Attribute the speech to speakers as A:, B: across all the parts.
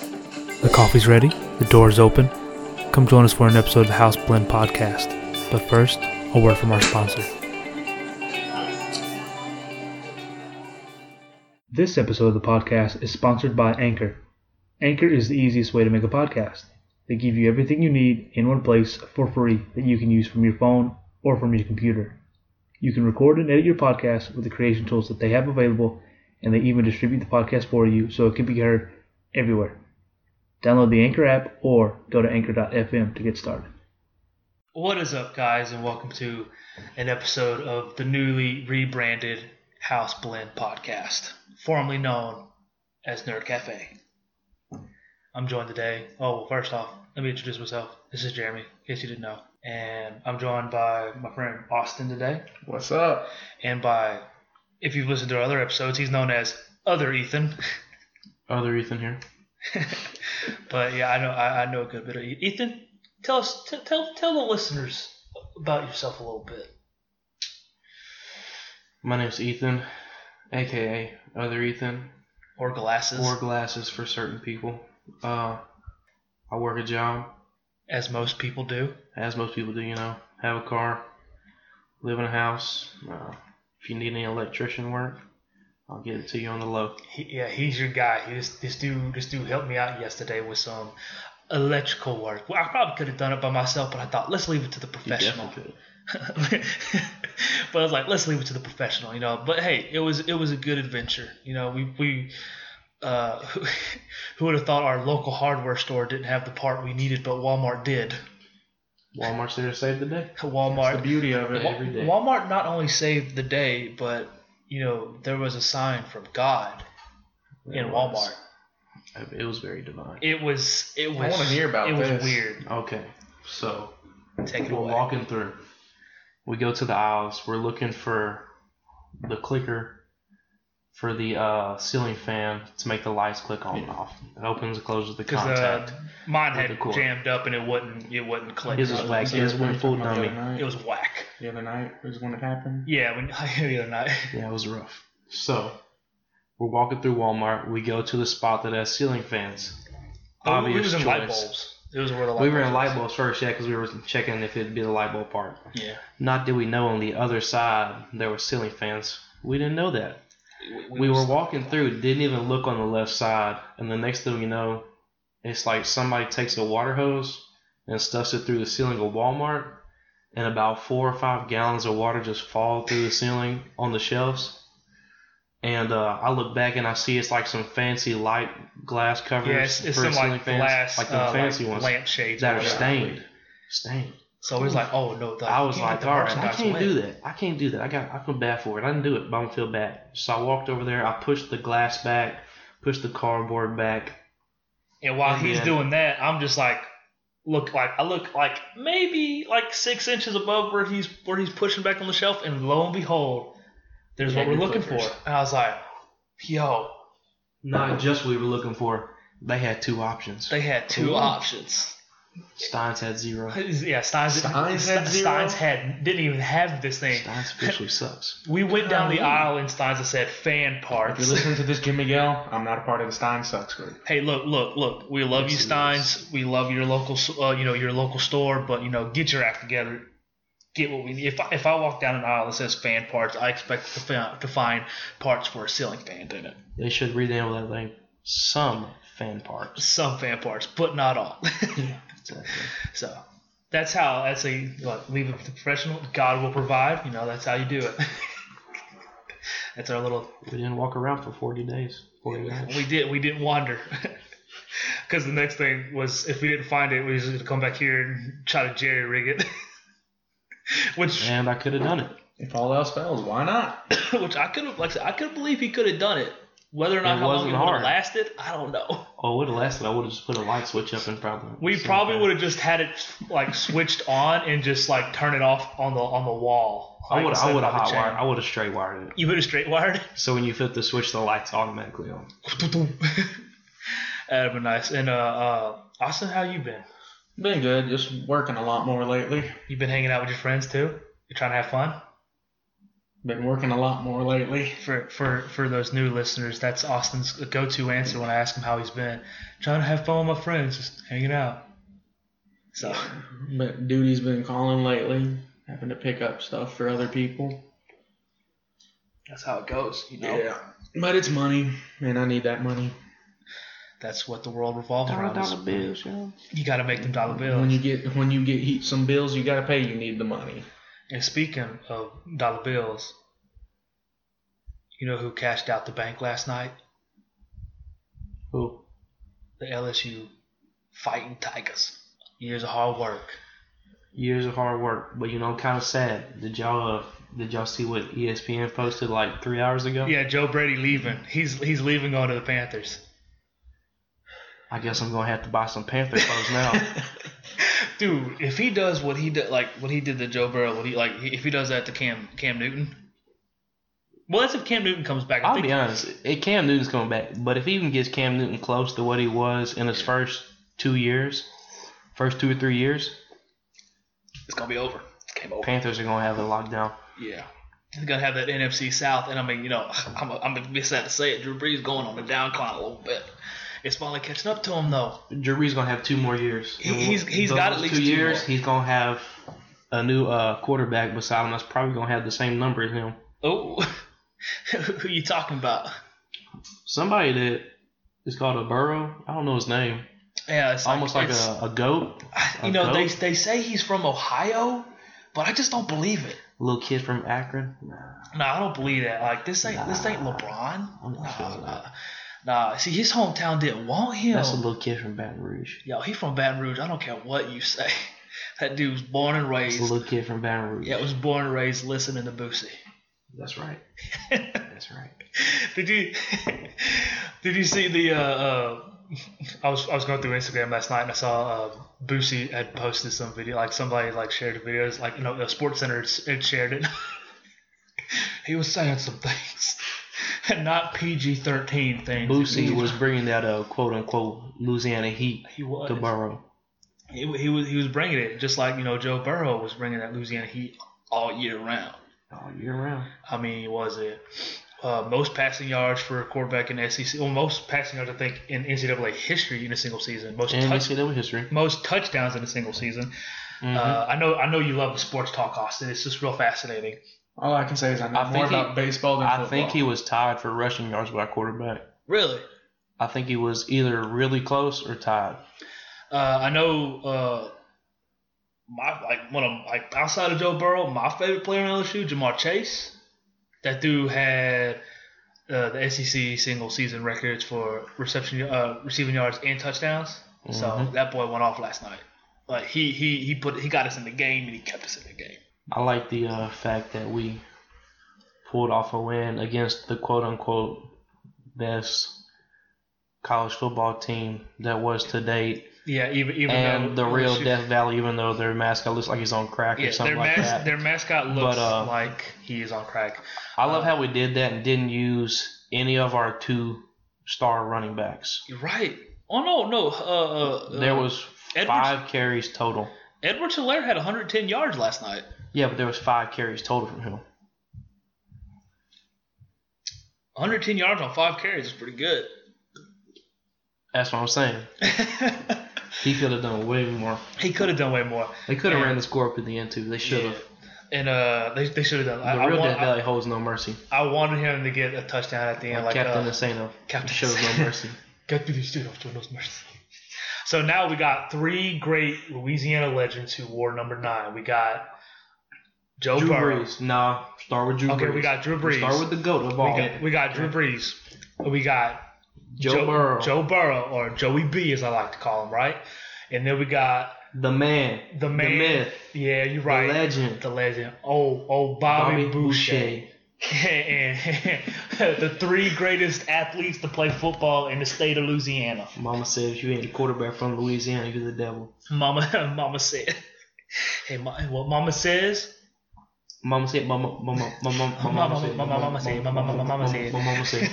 A: The coffee's ready, the door's open. Come join us for an episode of the House Blend Podcast. But first, a word from our sponsor. This episode of the podcast is sponsored by Anchor. Anchor is the easiest way to make a podcast. They give you everything you need in one place for free that you can use from your phone or from your computer. You can record and edit your podcast with the creation tools that they have available, and they even distribute the podcast for you so it can be heard everywhere. Download the Anchor app or go to anchor.fm to get started. What is up, guys, and welcome to an episode of the newly rebranded House Blend podcast, formerly known as Nerd Cafe. I'm joined today. Oh, well, first off, let me introduce myself. This is Jeremy, in case you didn't know. And I'm joined by my friend Austin today,
B: What's up?
A: and by, if you've listened to our other episodes, he's known as Other Ethan.
B: Other Ethan here.
A: but yeah, I know I, I know a good bit of you. Ethan, tell us, t- tell tell the listeners about yourself a little bit.
B: My name's Ethan, aka Other Ethan,
A: Or glasses,
B: or glasses for certain people. Uh, I work a job,
A: as most people do.
B: as most people do, you know. Have a car, live in a house. Uh, if you need any electrician work, I'll get it to you on the low.
A: He, yeah, he's your guy. He, this this dude this dude helped me out yesterday with some electrical work. Well, I probably could have done it by myself, but I thought let's leave it to the
B: You
A: professional.
B: definitely could.
A: but I was like, let's leave it to the professional, you know. But hey, it was it was a good adventure, you know. We we uh, who would have thought our local hardware store didn't have the part we needed, but Walmart did.
B: Walmart's there to save the day. That's the
A: Walmart.
B: beauty of it
A: Wa-
B: every day.
A: Walmart not only saved the day, but you know there was a sign from God
B: It
A: in
B: was-
A: Walmart.
B: It was very divine.
A: It was it was.
B: wanna hear about
A: it was
B: this.
A: weird.
B: Okay, so
A: Take it
B: we're
A: away.
B: walking through. We go to the aisles. We're looking for the clicker for the uh, ceiling fan to make the lights click on and off. It opens and closes the
A: Because
B: contact.
A: uh, mine
B: with
A: had
B: the cord.
A: jammed up and it wouldn't it wouldn't click.
B: His was
A: It
B: whack.
A: was-
B: His went full
C: The other
B: dummy.
C: night-
A: It was whack.
C: The other night is when it happened.
A: Yeah, when the other night.
B: Yeah, it was rough. So we're walking through Walmart. We go to the spot that has ceiling fans.
A: Oh, we
B: Obvious
A: was in
B: choice.
A: light bulbs. It was where the light
B: We were in
A: bulbs
B: light
A: was.
B: bulbs first, yeah, because we were checking if it'd be the light bulb part.
A: Yeah,
B: Not that we know on the other side there were ceiling fans. We didn't know that. we were walking through, didn't even look on the left side, and the next thing you know, it's like somebody takes a water hose and stuffs it through the ceiling of Walmart, and about four or five gallons of water just fall through the ceiling on the shelves. And uh, I look back and I see it's like some fancy light glass covers
A: Yeah, it's, it's
B: for
A: some
B: ceiling
A: like
B: fans,
A: glass,
B: like the
A: uh,
B: fancy
A: like
B: ones
A: lampshades
B: that
A: or
B: are
A: whatever.
B: stained, stained.
A: So he's like, oh no, the,
B: I was
A: you got
B: like,
A: the
B: all right, I
A: merchandise
B: can't
A: wet."
B: do that. I can't do that. I got, I feel bad for it. I didn't do it, but I don't feel bad. So I walked over there. I pushed the glass back, pushed the cardboard back.
A: And
C: Oh,
A: while
B: And
A: he's
B: then-
A: doing that, I'm just like, look like I look like maybe like six inches above where he's where he's pushing back on the shelf, and lo and behold, there's
B: Yeah,
A: what we're
B: your
A: looking for.
B: clickers.
A: And I was like, yo,
B: Not just what we were looking for. They had two options.
A: they had two
B: Ooh.
A: options.
B: Steins had zero.
A: Yeah, Steins,
C: Steins had zero?
A: Steins had didn't even have this thing.
B: Steins officially sucks.
A: We went down the
C: Golly.
A: aisle and Steins said fan
C: If you're
A: parts.
C: listening to this, Jim Miguel, I'm not a part of the Stein Sucks group.
A: Hey, look, look, look. We love you,
B: Yes, it
A: Steins. We love your local, s- uh, you know, your local store. But you know, get your act together. Get what we need. If I, if I walk down an aisle that says fan parts, I expect to, fa- to find parts for a ceiling fan in it.
B: They should rename that thing some fan parts.
A: Some fan parts, but not all.
B: Exactly.
A: so that's how. That's a like, leave it to the professional. God will provide. You know, that's how you do it. that's our little
B: We didn't walk around for 40 days. 40 nights.
A: We did. We didn't wander. Because the next thing was, if we didn't find it, we was going to come back here and try to jerry rig it. which,
B: And I could have done it.
C: If all else fails, why not?
A: which I could have, like I said, I could believe he could have done it. Whether or not
B: It
A: how long
B: wasn't
A: it would have
B: hard.
A: lasted, I don't know.
B: Oh, it would have lasted. I would have just put a light switch up in front of them.
A: We probably would have just had it like switched on and just like turn it off on the on the wall.
B: I would.
A: Like,
B: I would
A: instead of on
B: have hot
A: the
B: wired.
A: chain.
B: I would have straight wired it.
A: You would have straight wired.
B: So when you flip the switch, the lights automatically on.
A: That'd be nice. And uh, uh, Austin, how you been?
C: Been good, just working a lot more lately.
A: You been hanging out with your friends too? You trying to have fun?
C: Been working a lot more lately.
A: For for for those new listeners, that's Austin's go-to answer when I ask him how he's been. Trying to have fun with my friends, just hanging out. So
C: But duty's been calling lately, having to pick up stuff for other people.
A: that's how it goes, you know.
C: But it's money, and I need that money.
A: That's what the world revolves
B: Dollar
A: around. is
B: dollar bills, yo.
A: You got to make them dollar
C: When
A: bills.
C: you get when you get heat some bills you gotta pay, you need the money.
A: and speaking of dollar bills, you know who cashed out the bank last night?
B: Who?
A: The LSU fighting Tigers. Years of hard work.
B: Years of hard work, but you know, kind of sad. Did y'all uh, did y'all see what E ESPN posted like three hours ago?
A: Yeah, Joe Brady leaving. He's he's leaving going to the Panthers.
B: I guess I'm gonna have to buy some Panther clothes now.
A: Dude, if he does what he did, like what he did to Joe Burrow, what he like, if he does that to Cam Cam Newton, well, that's if Cam Newton comes back. I
B: I'll
A: think
B: be honest, it, Cam Newton's coming back, but if he even gets Cam Newton close to what he was in his first two years, first two or three years,
A: it's gonna be over. It's game over.
B: Panthers are gonna have it locked down.
C: Yeah.
A: He's gonna have that NFC South, and I mean, you know, I'm I'm gonna be sad to say it. Drew Brees going on the downcline a little bit. It's finally catching up to him though.
B: Drew Brees gonna have two more years.
A: He- he's- he's
B: Those
A: got at least two
B: years.
A: more.
B: He's gonna have a new uh, quarterback beside him. That's probably gonna have the same number as him.
A: Oh, who you talking about?
B: Somebody that is called a Burrow. I don't know his name.
A: Yeah, it's
B: Almost like
A: it's-
B: a, a goat.
A: you know, they
B: goat?
A: they say he's from Ohio, but I just don't believe it.
B: Little kid from Akron. Nah,
A: No, I don't believe that. Like this ain't this ain't LeBron.
B: I'm not feeling
A: Nah,
B: that.
A: nah. See, his hometown didn't want him.
B: That's a little kid from Baton Rouge.
A: Yo, he from Baton Rouge. I don't care what you say. That dude was born and
B: That's
A: raised.
B: a little kid from Baton Rouge.
A: Yeah, was born and raised listening to Boosie.
B: That's right. That's right.
A: did you did you see the? Uh, uh, I was I was going through Instagram last night and I saw uh, Boosie had posted some video. Like somebody like shared the videos. Like you know, the Sports Center had shared it. he was saying some things, and not PG thirteen things.
B: Boosie was bringing that uh, quote unquote Louisiana heat
A: He was.
B: to Burrow.
A: he, he was he was bringing it just like you know Joe Burrow was bringing that Louisiana heat all year round.
B: all year round.
A: I mean, was it uh, most passing yards for a quarterback in SEC? Well, most passing yards I think in NCAA history in a single season. Most
B: And
A: touch,
B: NCAA history.
A: most touchdowns in a single season.
B: Mhm.
A: Uh, I know I know you love the sports talk, Austin. It's just real fascinating.
C: All I can say is I know
B: I
C: more
B: think he-
C: about baseball than
B: I
C: football.
B: think he was tied for rushing yards by quarterback.
A: Really.
B: I think he was either really close or tied.
A: Uh, I know uh, my like one of like outside of Joe Burrow, my favorite player in LSU, Jamar Chase. That dude had uh, the SEC single season records for reception, uh, receiving yards, and touchdowns. So
B: Mhm.
A: that boy went off last night. Like he he he put he got us in the game and he kept us in the game.
B: I like the uh, fact that we pulled off a win against the quote unquote best college football team that was to date,
A: Yeah, even even though
B: and the real
A: LSU
B: Death Valley. Even though their mascot looks like he's on crack
A: Yeah,
B: or
A: their,
B: something like
A: mas-
B: that.
A: their mascot looks
B: But, uh,
A: like he is on crack.
B: I love
A: Uh,
B: how we did that and didn't use any of our two star running backs.
A: You're right. Oh no, no. Uh, uh,
B: There was
A: Edwards-
B: five carries total.
A: Edward Hilaire had 110 yards last night.
B: Yeah, but there was five carries total from him.
A: 110 yards on five carries is pretty good.
B: That's what I'm saying. He could have done way more.
A: he could have done way more,
B: They could have
A: Yeah.
B: ran the score up at the end too. They should have.
A: and uh, they, they should have done.
B: The
A: I, I,
B: real
A: want-
B: Death Valley holds no mercy.
A: I, I wanted him to get a touchdown at the end, like,
B: Captain
A: uh,
B: Insano
A: Captain
B: shows
A: Insano.
B: no mercy.
A: God be these two of those mercy. So now we got three great Louisiana legends who wore number nine. We got Joe
B: Drew
A: Burrow.
B: Brees, nah. Start with Drew
A: Okay,
B: Brees.
A: we got Drew Brees.
B: Start with the goat of
A: We
B: all.
A: got, we got Drew Brees. We got
B: Joe, Burrow,
A: Joe Burrow, or Joey B, as I like to call him, right? And then we got
B: the man,
A: the man.
B: the myth,
A: Yeah, you're right.
B: the legend,
A: the legend, old old Bobby, Boucher, and the three greatest athletes to play football in the state of Louisiana.
B: Mama said, "If you ain't a quarterback from Louisiana, you're the devil."
A: Mama, Mama said, "Hey, ma- what Mama says,
B: Mama said, mama, mama, mama, mama,
A: Mama- mama- mama said, mama- mama- mama said.
B: mama, mama said.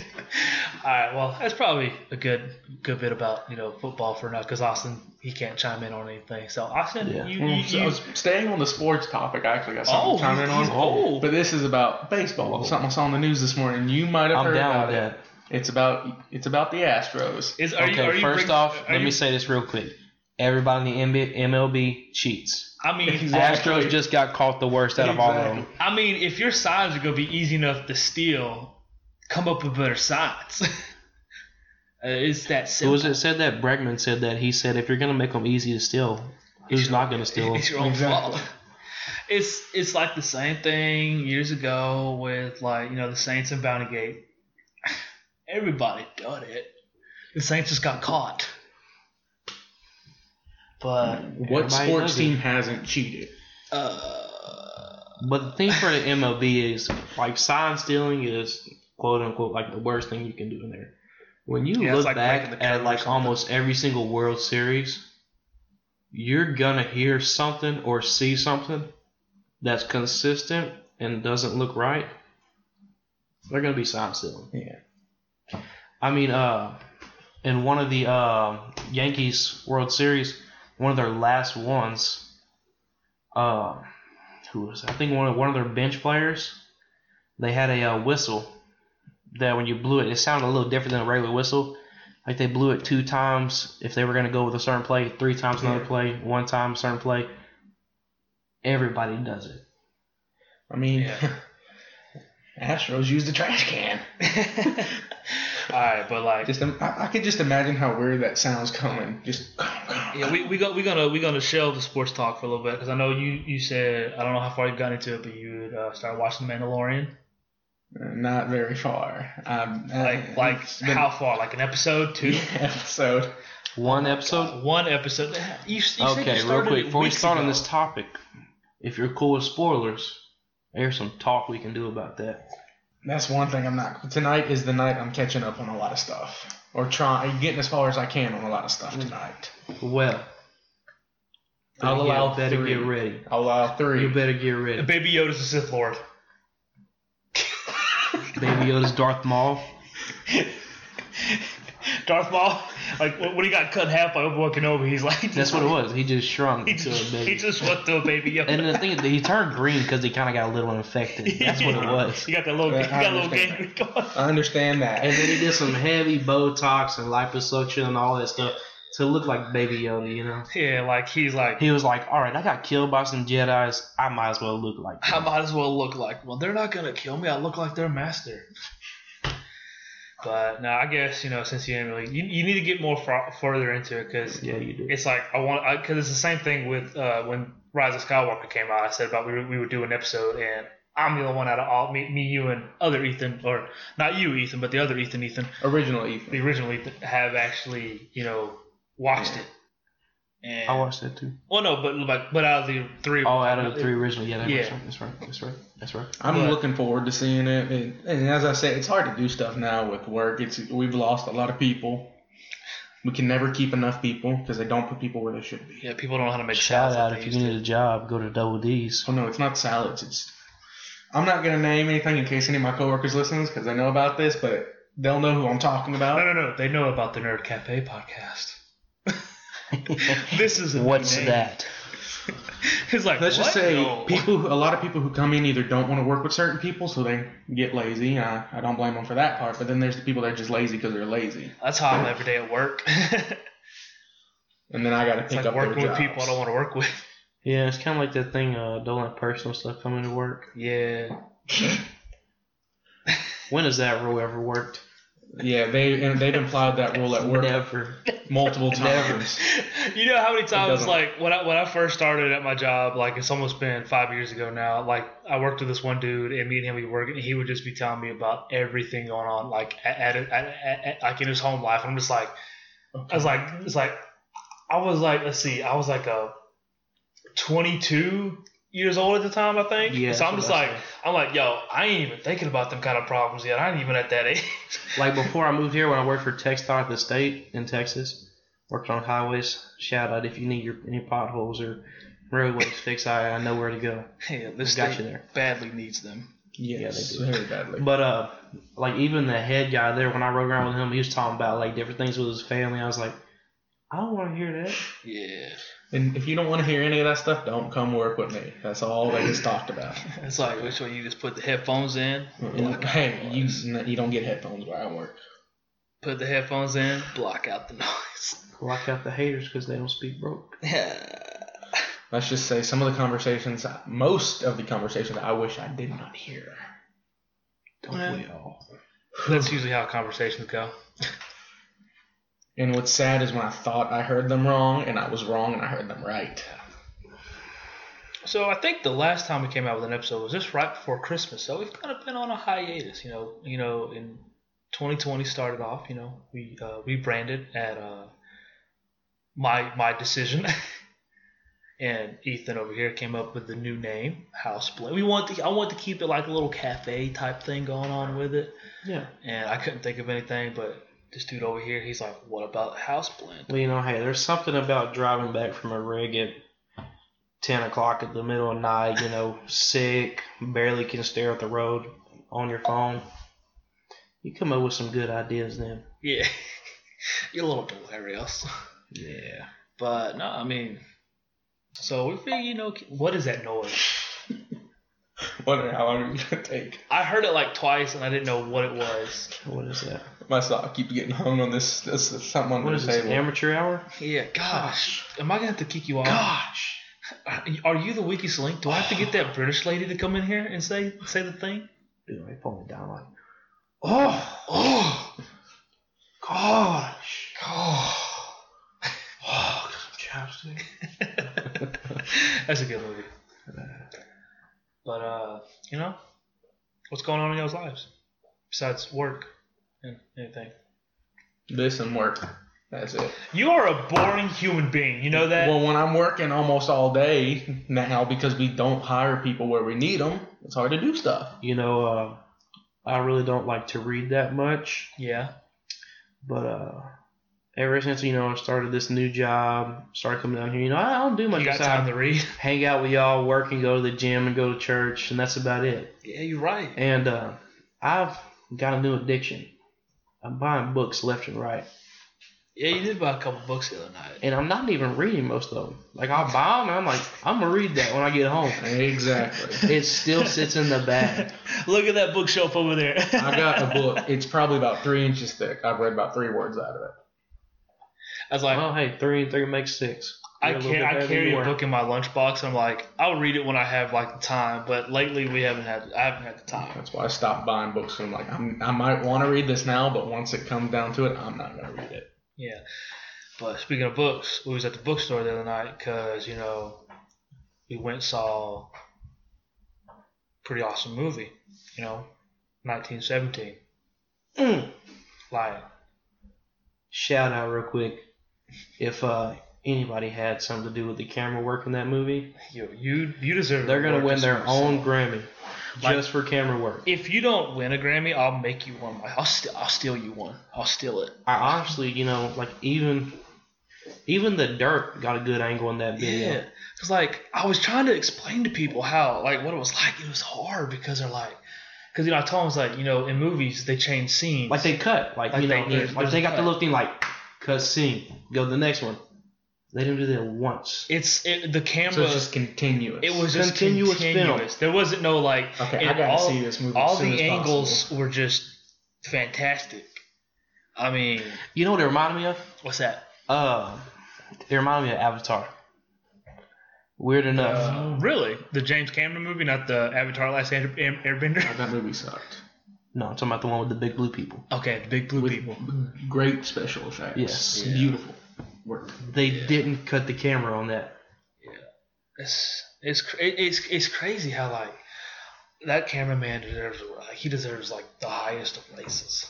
A: All right. Well, that's probably a good good bit about you know football for now because Austin he can't chime in on anything. So Austin,
B: Yeah.
A: you, you,
C: Mm, so I
A: you-
C: was staying on the sports topic. I actually got something
A: oh,
C: to chime in
A: he's
C: on.
A: old.
C: But this is about baseball. Something I saw on the news this morning. You might have
B: I'm
C: heard
B: down
C: about
B: with
C: it.
B: that.
C: It's about it's about the Astros.
A: Is, are you, are
B: Okay,
A: you
B: first
A: bring-
B: off,
A: are
B: let
A: you-
B: me say this real quick. Everybody in the MB MLB cheats.
A: I mean,
C: Exactly.
B: Astros just got caught the worst out of all of them.
A: I mean, if your signs are gonna be easy enough to steal, come up with better signs. Uh, it's that
B: Who
A: simple.
B: was it said that? Bregman said that. He said if you're gonna make them easy to steal, who's not gonna steal them?
A: It's your own
C: Exactly.
A: fault. It's it's like the same thing years ago with like you know the Saints and Bounty Gate. Everybody done it. The Saints just got caught.
C: Uh,
A: But
C: What
B: Everybody
C: sports
B: does it.
C: team hasn't cheated?
A: uh,
B: But the thing for the MLB is like sign stealing is quote unquote like the worst thing you can do in there. When you
A: Yeah, it's like
B: look
A: breaking
B: back
A: the curve
B: at
A: or
B: like
A: something.
B: almost every single World Series, you're gonna hear something or see something that's consistent and doesn't look right. They're gonna be sign stealing.
C: Yeah.
B: I mean, uh, in one of the uh, Yankees World Series, one of their last ones, uh, who was I think one of one of their bench players, they had a uh, whistle that when you blew it, it sounded a little different than a regular whistle. Like they blew it two times if they were gonna go with a certain play, three times another play, one time a certain play. Everybody does it.
C: I mean,
A: Yeah.
C: Astros used a trash can.
A: all right, but like
C: Just im- I, I could just imagine how weird that sounds coming. Just yeah,
A: Yeah, we we go we gonna we gonna shelve the sports talk for a little bit because I know you you said I don't know how far you got into it, but you would uh, start watching The Mandalorian.
C: not very far. Um,
A: Like
C: uh,
A: like
C: it's been-
A: how far? Like an episode, two,
C: Yeah, episode.
B: One episode.
A: one episode. You, you said Oh you
B: Okay, real
A: started
B: quick,
A: it
B: before we
A: weeks
B: start on
A: ago.
B: this topic, if you're cool with spoilers, there's some talk we can do about that.
C: That's one thing I'm not. Tonight is the night I'm catching up on a lot of stuff, or trying getting as far as I can on a lot of
A: Mm.
C: stuff tonight.
B: Well,
C: I'll
B: you
C: allow
B: better
C: three.
B: get ready.
C: I'll allow three.
B: You better get ready.
A: Baby Yoda's a Sith Lord.
B: Baby Yoda's Darth Maul.
A: Darth Maul, like what, what he got cut in half by Obi Wan Kenobi. He's like
B: That's what it was. He just shrunk
A: He
B: to a
A: just, he
B: baby.
A: just went to a baby Yoda.
B: And the thing is, that he turned green because he kind of got a little infected. That's what it was.
A: You got that little,
C: Uh,
A: you
C: I
A: got a little
C: understand
A: game going.
C: I understand that.
B: And then he did some heavy Botox and liposuction and all that stuff to look like Baby Yoda, you know?
A: Yeah, like he's like
B: He was like, all right, I got killed by some Jedi's. I might as well look like
A: I might as well look like well, they're not gonna kill me. I look like their master. But no, I guess you know since you didn't really, you, you need to get more far, further into it because
B: Yeah, you do.
A: it's like I want because it's the same thing with uh, when Rise of Skywalker came out. I said about we would- we would do an episode and. I'm the only one out of all me, me, you, and other Ethan, or not you, Ethan, but the other Ethan, Ethan,
C: Original
A: the
C: Ethan.
A: original Ethan, have actually, you know, watched it. And,
B: I watched that too.
A: Well, no, but like, but out of the three,
B: Oh, out of the three original, yeah, that
A: Yeah.
B: makes sense. That's right. That's right. That's right.
C: I'm
A: But-
C: looking forward to seeing it, and, and as I say, it's hard to do stuff now with work. It's we've lost a lot of people. We can never keep enough people because they don't put people where they should be.
A: Yeah, people don't know how to make
B: Shout
A: salads
B: out
A: like
B: if
A: they
B: you
A: used to.
B: need a job, go to Double D's.
C: Oh no, it's not salads. It's I'm not gonna name anything in case any of my coworkers listens because they know about this, but they'll know who I'm talking about.
A: No, no, no. They know about the Nerd Cafe podcast. this is a new
B: What's
A: name.
B: that?
A: It's like
C: Let's just
A: what?
C: say
A: No.
C: people, who, a lot of people who come in either don't want to work with certain people, so they get lazy. and I, I don't blame them for that part. But then there's the people that are just lazy because they're lazy,
A: That's how I'm every day at work. it's
C: and then I got to pick
A: like
C: up
A: working
C: their
A: with people I
C: jobs.
A: don't want to work with.
B: Yeah, it's kind of like that thing. Uh, don't let personal stuff come into work.
A: Yeah.
B: When has that rule ever worked?
C: Yeah, they and they've implied that rule at work
B: Never.
C: multiple
B: Never.
C: times.
A: You know how many times,
C: doesn't-
A: like when I when I first started at my job, like it's almost been five years ago now. Like I worked with this one dude, and me and him we work, and he would just be telling me about everything going on, like at, at, at, at, at like in his home life, and I'm just like. I was like, it's like, I was like, let's see, I was like a 22 years old at the time, I think.
B: Yeah,
A: so I'm
B: that's
A: just
B: what I
A: like, I'm like, yo, I ain't even thinking about them kind of problems yet. I ain't even at that age.
B: Like before I moved here, when I worked for Textile at the state in Texas, worked on highways. Shout out if you need your any potholes or roadways fixed. I, I know where to go.
A: Yeah, this
B: Got you
A: state
B: there.
A: badly needs them.
C: Yes,
B: Yeah,
C: very badly.
B: But uh, like even the head guy there, when I rode around with him, he was talking about like different things with his family. I was like, I don't want to hear that.
A: Yeah.
C: and if you don't want to hear any of that stuff, don't come work with me. That's all that is talked about.
A: It's like which one you just put the headphones in,
C: And, hey, you you don't get headphones where I work.
A: put the headphones in, block out the noise.
B: Lock out the haters because they don't speak broke.
A: Yeah.
C: Let's just say some of the conversations, most of the conversations, I wish I did not hear.
B: Don't
A: Yeah.
B: we all?
A: That's usually how conversations go.
C: And what's sad is when I thought I heard them wrong, and I was wrong, and I heard them right.
A: So I think the last time we came out with an episode was just right before Christmas. So we've kind of been on a hiatus, you know. You know, in 2020 started off. You know, we uh, rebranded at uh, my my decision, and Ethan over here came up with the new name Houseplay. We want to I want to keep it like a little cafe type thing going on with it,
B: Yeah.
A: and I couldn't think of anything. But this dude over here, he's like, "What about Houseblend?"
B: Well, you know, hey, there's something about driving back from a rig at 10 o'clock at the middle of the night, you know, sick, barely can stare at the road on your phone. You come up with some good ideas then.
A: Yeah, you're a little hilarious.
B: Yeah.
A: But no, I mean, so we figure, you know, what is that noise?
C: Wonder how long it was gonna take.
A: I heard it like twice and I didn't know what it was.
B: What is that?
C: My sock keep getting hung on this. This is something under
B: What is
C: the
B: this,
C: table.
B: amateur hour?
A: Yeah, gosh, am I gonna have to kick you off?
B: Gosh!
A: Are you the weakest link? Do I have to get that British lady to come in here and say say the thing?
B: Dude, my phone down like, oh, oh, gosh.
A: Oh,
B: Oh, got some chapstick.
A: that's a good movie. But uh, you know, what's going on in y'all's lives besides work and anything?
C: This and work. That's it.
A: You are a boring human being. You know that.
C: Well, when I'm working almost all day now because we don't hire people where we need them, it's hard to do stuff.
B: You know, uh, I really don't like to read that much.
A: yeah.
B: But uh, ever since you know I started this new job, started coming down here, you know I don't do much
A: You got time
B: besides
A: to read.
B: hang out with y'all, work and go to the gym and go to church, and that's about it.
A: Yeah, you're right.
B: And uh, I've got a new addiction. I'm buying books left and right,
A: Yeah, you did buy a couple books the other night.
B: and I'm not even reading most of them. Like I'll buy them, and I'm like I'm gonna read that when I get home.
C: Exactly.
B: It still sits in the bag.
A: Look at that bookshelf over there.
C: I got a book. It's probably about three inches thick. I've read about three words out of it.
A: I was like,
B: Well, oh, hey, three and three makes six.
A: I
B: You're a little
A: can't.
B: bit better
A: I
B: than
A: carry
B: you
A: a
B: were.
A: book in my lunchbox, and I'm like, I'll read it when I have like the time. But lately, we haven't had. I haven't had the time.
C: That's why I stopped buying books. I'm like, I'm, I might want to read this now, but once it comes down to it, I'm not gonna read it.
A: Yeah. But speaking of books, we was at the bookstore the other night because you know we went and saw a pretty awesome movie. You know, 1917,
B: Mm.
A: Lion.
B: shout out real quick if uh, anybody had something to do with the camera work in that movie
A: You you you deserve.
B: they're
A: an
B: gonna
A: award
B: win
A: just
B: their
A: for
B: own grammy
A: Like-
B: just for camera work
A: If you don't win a Grammy, I'll make you one. I'll, st- I'll steal you one. I'll steal it.
B: i honestly you know like even even the dirt got a good angle in that video
A: Yeah. Because, like, I was trying to explain to people how, like, what it was like. It was hard because they're like, because, you know, I told them, it's like, you know, in movies, they change scenes.
B: like they cut like,
A: Like
B: you
A: they
B: know
A: did.
B: like they got the
A: Cut.
B: little thing like cut scene go to the next one they didn't do that once
A: it's it, the camera.
C: So it's just continuous.
A: it was just
B: continuous
A: continuous.
B: film.
A: There wasn't no, like,
C: okay. I
A: and
C: gotta
A: all,
C: see this movie.
A: all
C: as soon
A: the
C: as
A: angles
C: Possible.
A: were just fantastic. I mean,
B: you know what it reminded me of
A: what's that?
B: uh it reminded me of avatar weird enough
A: Uh. really? The James Cameron movie, not the Avatar Last Air- Air- Airbender?
C: That movie sucked.
B: no i'm talking about the one with the big blue people
A: Okay, the big blue people.
C: Great special effects.
B: Yes.
A: Yeah.
C: Beautiful work.
B: They
A: Yeah.
B: didn't cut the camera on that.
A: it's it's cra- it- it's it's crazy how like that cameraman deserves like he deserves like the highest of places.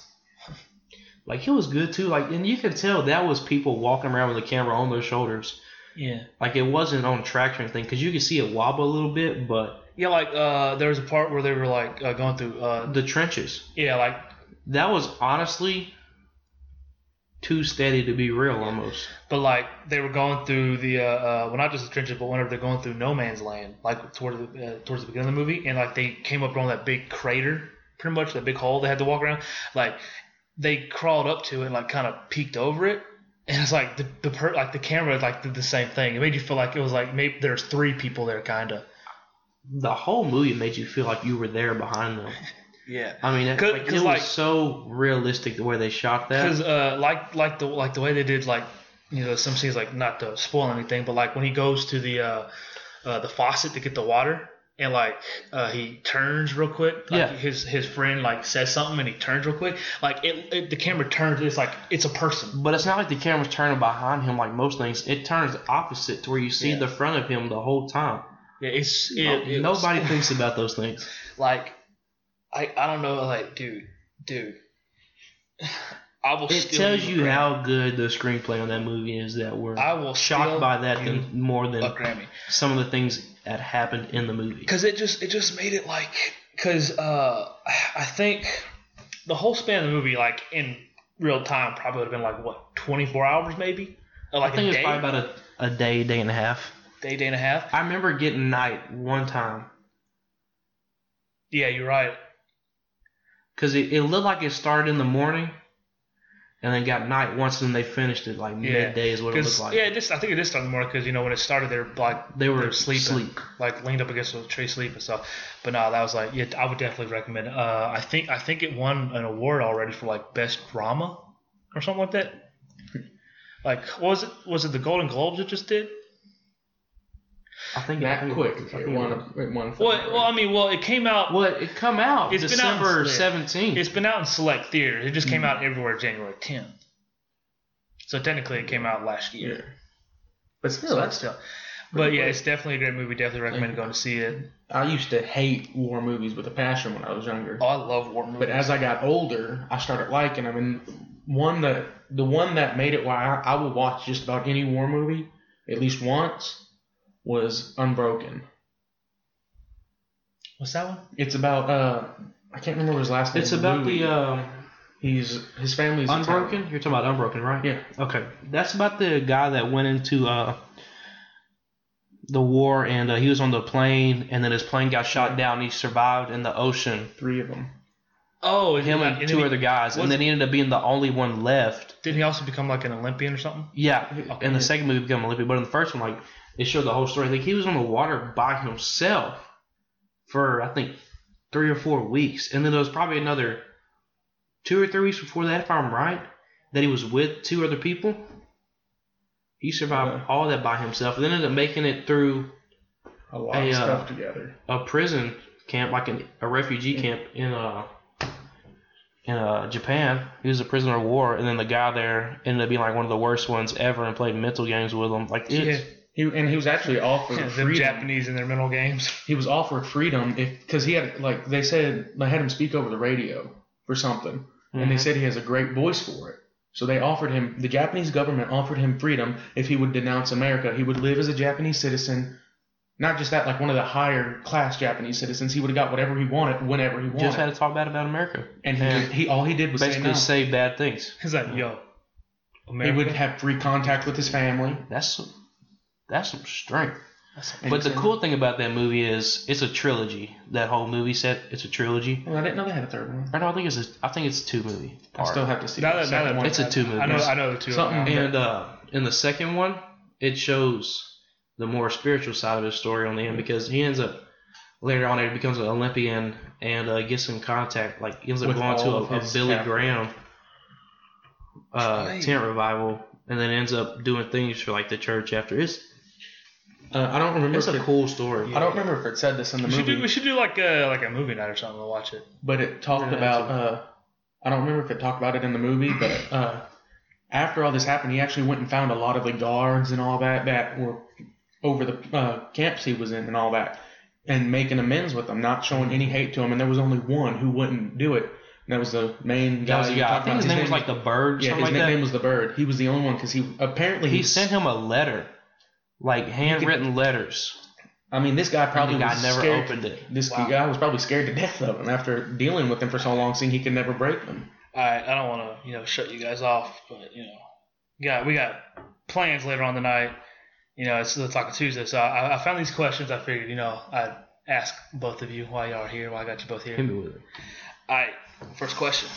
B: Like it was good too. Like and you can tell that was people walking around with the camera on their shoulders.
A: Yeah.
B: Like it wasn't on track or anything because you could see it wobble a little bit, but
A: Yeah, like uh, there was a part where they were like uh, going through uh,
B: the trenches.
A: yeah, like
B: That was honestly too steady to be real almost.
A: But like they were going through the uh, uh well not just the trenches, but whenever they're going through no man's land, like toward the uh, towards the beginning of the movie, and like they came up on that big crater, pretty much that big hole they had to walk around. Like they crawled up to it, and like kind of peeked over it, and it's like the the per- like the camera like did the same thing. It made you feel like it was like maybe there's three people there, kind of.
B: The whole movie made you feel like you were there behind them.
C: Yeah.
B: I mean, it,
A: Cause-
B: like, it
A: cause,
B: was
A: like-
B: so realistic the way they shot
A: Because
B: that.
A: uh, like like the like the way they did like you know some scenes like not to spoil anything, but like when he goes to the uh, uh, the faucet to get the water and like uh, he turns real quick. Like
B: Yeah.
A: His his friend like says something and he turns real quick. Like it, it the camera turns. It's like it's a person.
B: But it's not like the camera's turning behind him like most things. It turns opposite to where you see
A: Yeah.
B: the front of him the whole time.
A: Yeah, it's it,
B: No-
A: it was-
B: Nobody thinks about those things.
A: like I I don't know like dude dude. I will.
B: It
A: steal
B: tells you
A: a Grammy.
B: how good the screenplay on that movie is that we're
A: I will
B: shocked
A: steal
B: by that
A: you
B: than, more
A: a
B: than
A: Grammy.
B: some of the things that happened in the movie.
A: because it just it just made it like because uh, I think the whole span of the movie like in real time probably would have been like what twenty four hours maybe or like
B: I think
A: a
B: it's
A: day
B: probably about a, a day, day and a half.
A: day day and a half.
B: I remember getting night one time
A: Yeah, you're right.
B: because it, it looked like it started in the morning and then got night once and they finished it like
A: Yeah.
B: midday is what it looked
A: Because
B: like.
A: yeah, it just I think it did start in the morning because you know when it started they were like
B: they were
A: they're
B: sleeping.
A: sleeping. like leaned up against a tree sleep and stuff. But no, that was like yeah, I would definitely recommend. it. Uh, I think I think it won an award already for like best drama or something like that. Like what was it was it the Golden Globes it just did?
B: I think
C: Not
B: it-
C: quick.
B: I think
C: It
B: it-
C: won a, it won for
A: Well, well, I mean, well, it came out.
B: Well, it come out
A: It's been out
B: December
A: since then.
B: seventeenth.
A: It's been out in select theaters. It just came
B: Mhm.
C: Mm-hmm.
A: out everywhere January 10th. So technically, it came out last
C: yeah.
A: year.
C: But
A: So
C: still,
A: that's
C: that's
A: still. But yeah,
C: quick.
A: it's definitely a great movie. Definitely recommend going to see it.
C: I used to hate war movies with a passion when I was younger.
A: Oh, I love war movies.
C: But as I got older, I started liking them. And one that the one that made it why I, I will watch just about any war movie at least once was Unbroken.
A: What's that one?
C: It's about uh I can't remember his last name.
B: It's about
C: Louis.
B: the um,
C: he's his family's
B: Unbroken.
C: Italian.
B: You're talking about Unbroken, right?
C: Yeah.
B: Okay, that's about the guy that went into uh, the war, and uh, he was on the plane, and then his plane got shot down. And he survived in the ocean.
C: Three of them.
A: Oh,
B: Him
A: he-
B: and
A: then
B: two
A: he-
B: other guys, and
A: was-
B: then he ended up being the only one left.
A: Didn't he also become like an Olympian or something?
B: Yeah,
A: Okay.
B: in the second movie, become Olympic, but in the first one, like it showed the whole story. Like he was on the water by himself for I think three or four weeks, and then there was probably another two or three weeks before that, if I'm right, that he was with two other people. He survived
C: Okay.
B: all that by himself, and then ended up making it through
C: A lot
B: Hey,
C: of
B: uh,
C: stuff together.
B: a prison camp, like an, a refugee camp in uh in uh Japan. He was a prisoner of war, and then the guy there ended up being like one of the worst ones ever, and played mental games with him. Like it's,
C: He, and he was actually offered
A: Yeah, them
C: Oh, freedom.
A: Japanese in their mental games.
C: he was offered freedom if because he had like they said they had him speak over the radio for something, and they
B: Mhm.
C: said he has a great voice for it. So they offered him the Japanese government offered him freedom if he would denounce America. He would live as a Japanese citizen. Not just that, like one of the higher class Japanese citizens, he would have got whatever he wanted whenever he wanted.
B: just had to talk bad about America.
C: and he,
B: and
C: he all he did was say
B: Basically,
C: no.
B: say bad things.
A: He's like, yo,
C: he
A: America.
C: would have free contact with his family.
B: That's some, that's some strength.
C: And
B: But the
C: so-
B: cool thing about that movie is it's a trilogy. That whole movie set, it's a trilogy.
C: Well, I didn't know they had a third one.
B: I don't think it's a, I think it's two movie.
C: I
B: part.
C: still have to see
A: Now
C: the
A: that, now
C: second
A: that
C: one.
B: It's a two
A: I know,
B: movie.
A: I know the two. of
C: Something-
A: them.
B: And uh, in the second one, it shows the more spiritual side of his story on the end because he ends up later on he becomes an Olympian and uh, gets in contact. Like he ends up
C: With
B: going to
C: all
B: a,
C: of
B: a
C: his
B: Billy
C: capital.
B: Graham uh,
A: Right.
B: tent revival, and then ends up doing things for like the church after. It's
C: Uh, I don't remember.
B: it's
C: if
B: a
C: it-
B: cool story.
C: I don't remember if it said this in the
A: We should,
C: movie,
A: do, we should do like a like a movie night or something to watch it.
C: but it talked
B: Yeah,
C: about.
B: it's
C: Uh, I don't remember if it talked about it in the movie, but uh, after all this happened, he actually went and found a lot of the guards and all that that were over the uh, camps he was in and all that, and making amends with them, not showing any hate to them. And there was only one who wouldn't do it. And that was the main
B: That
C: guy.
B: was the
C: you
B: guy. I
C: talked
B: think
C: about.
B: his name was like the bird. or
C: Yeah,
B: something like
C: his
B: that.
C: nickname was the Bird. He was the only one because he apparently
B: he sent him a letter, like handwritten letters.
C: I mean, this guy probably
B: the guy
C: was
B: never
C: scared.
B: opened it.
C: This
A: Wow.
C: guy was probably scared to death of him after dealing with them for so long, seeing he could never break them.
A: all right, I don't want to you know shut you guys off, but you know, yeah, we got plans later on tonight. You know, it's it's like a Tuesday, so I, I found these questions. I figured you know I'd ask both of you why y'all are here, why I got you both here.
B: Hit me with it.
A: All right, first question.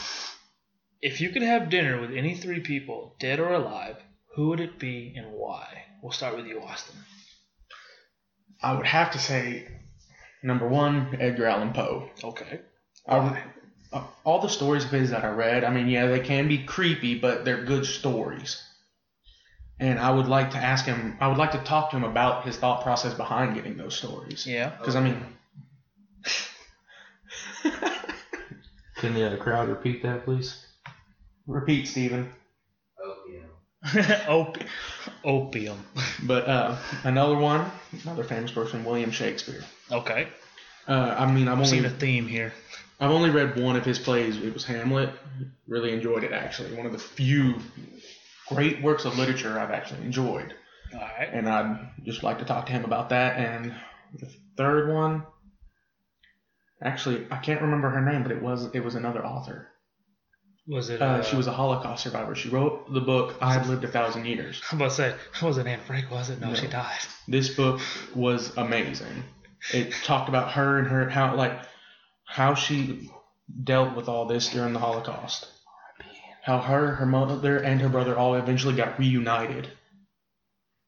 A: If you could have dinner with any three people, dead or alive, who would it be and why? We'll start with you, Austin.
C: I would have to say, number one, Edgar Allan Poe.
A: Okay.
C: I would, uh, all the stories of his that I read, I mean, yeah, they can be creepy, but they're good stories. And I would like to ask him, I would like to talk to him about his thought process behind getting those stories.
A: Yeah.
C: Because, I mean,
B: Can the uh, crowd repeat that, please?
C: repeat, Stephen.
D: Oh, yeah.
A: Op- opium.
C: But uh, another one, another famous person, William Shakespeare.
A: Okay.
C: Uh, I mean, I've
A: I'm
C: only
A: seeing a theme here.
C: I've only read one of his plays. It was Hamlet. Really enjoyed it actually. One of the few great works of literature I've actually enjoyed.
A: All right.
C: And I'd just like to talk to him about that. And the third one, actually, I can't remember her name, but it was it was another author.
A: Was it?
C: Uh, she was a Holocaust survivor. She wrote the book I've Lived a Thousand Years.
A: I'm about to say, it wasn't Anne Frank, was it? No,
C: No.
A: she died.
C: this book was amazing. It talked about her and her how like how she dealt with all this during the Holocaust. How her, her mother, and her brother all eventually got reunited,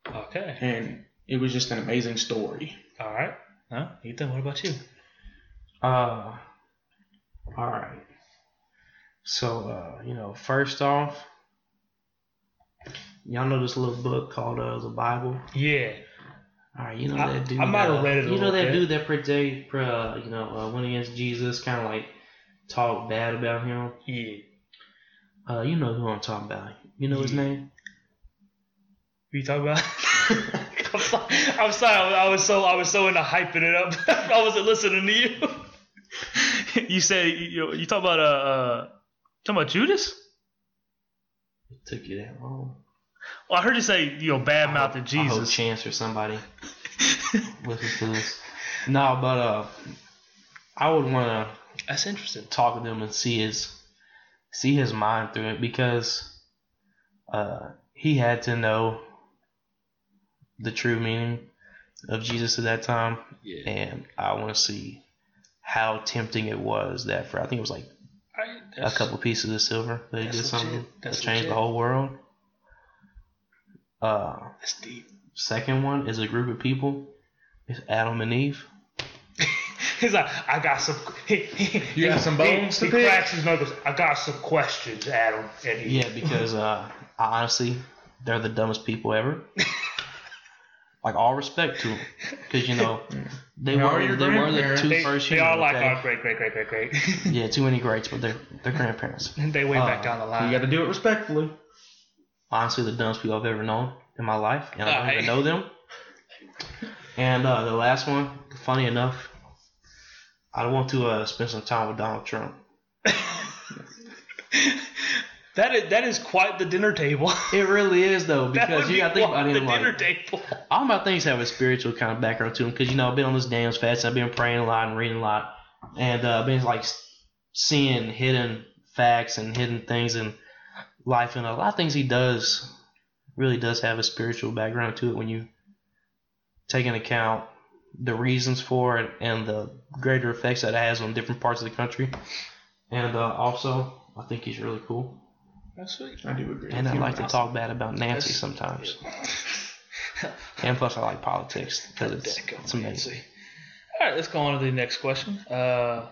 A: Okay.
C: and it was just an amazing story.
A: All right. Huh? Ethan, what about you?
B: Uh, all right. So, uh, you know, first off, y'all know this little book called uh, the Bible.
A: Yeah.
B: All right, you know
A: I-
B: that dude.
A: I might have
B: uh,
A: read it a
B: You know
A: little
B: that
A: bit.
B: dude that pretend, uh, you know, uh, went against Jesus, kind of like talked bad about him.
A: Yeah.
B: Uh, you know who I'm talking about. You know his name?
A: What you talking about? I'm sorry. I'm sorry. I was, I was so I was so into hyping it up. I wasn't listening to you. you say you you talk about uh, uh talking about Judas?
B: It took you that long.
A: Well, Oh, I heard you say you know bad mouthing
B: I hope
A: Jesus.
B: Chance or somebody listens to this. No, but uh, I would want to
A: That's interesting.
B: talk to him and see his see his mind through it because uh, he had to know the true meaning of Jesus at that time,
A: Yeah.
B: and I want to see how tempting it was that for I think it was like
A: I,
B: a couple pieces of silver that he
A: that's
B: did something
A: legit.
B: that
A: That's
B: changed the
A: legit.
B: whole world. Uh,
A: That's deep.
B: second one is a group of people. It's Adam and Eve.
A: He's like, I got some. He, he,
C: You got some bones
A: He,
C: to
A: he
C: pick?
A: cracks his knuckles. I got some questions, Adam. And he,
B: Yeah, because uh, I honestly, they're the dumbest people ever. like all respect to them, because you know they
C: They are
B: were
C: your
B: they were the
C: grandparents.
B: two
A: they,
B: first
A: they
B: human,
A: all like
B: okay?
A: our great, great, great, great, great.
B: Yeah, too many greats, but they're they're grandparents.
A: they way
B: Uh,
A: back down the
C: You
A: line.
C: got to do it respectfully.
B: Honestly, the dumbest people I've ever known in my life, and I don't
A: Aye.
B: even know them. And uh, the last one, funny enough, I want to uh, spend some time with Donald Trump.
A: That is that is quite the dinner table.
B: It really is though,
A: That
B: because
A: would
B: you
A: be
B: gotta think
A: quite
B: about it.
A: The
B: in, like,
A: dinner table.
B: all my things have a spiritual kind of background to them because you know I've been on this Daniel's fast. I've been praying a lot and reading a lot, and uh, been like seeing hidden facts and hidden things in life. And a lot of things he does really does have a spiritual background to it when you take into account the reasons for it and the greater effects that it has on different parts of the country. And uh, also, I think he's really cool.
A: That's sweet.
C: I do agree.
B: And
C: with
B: I
C: you
B: like to
C: on
B: talk bad about Nancy sometimes. And plus, I like politics because it's, it's amazing.
A: All right, let's go on to the next question. Uh,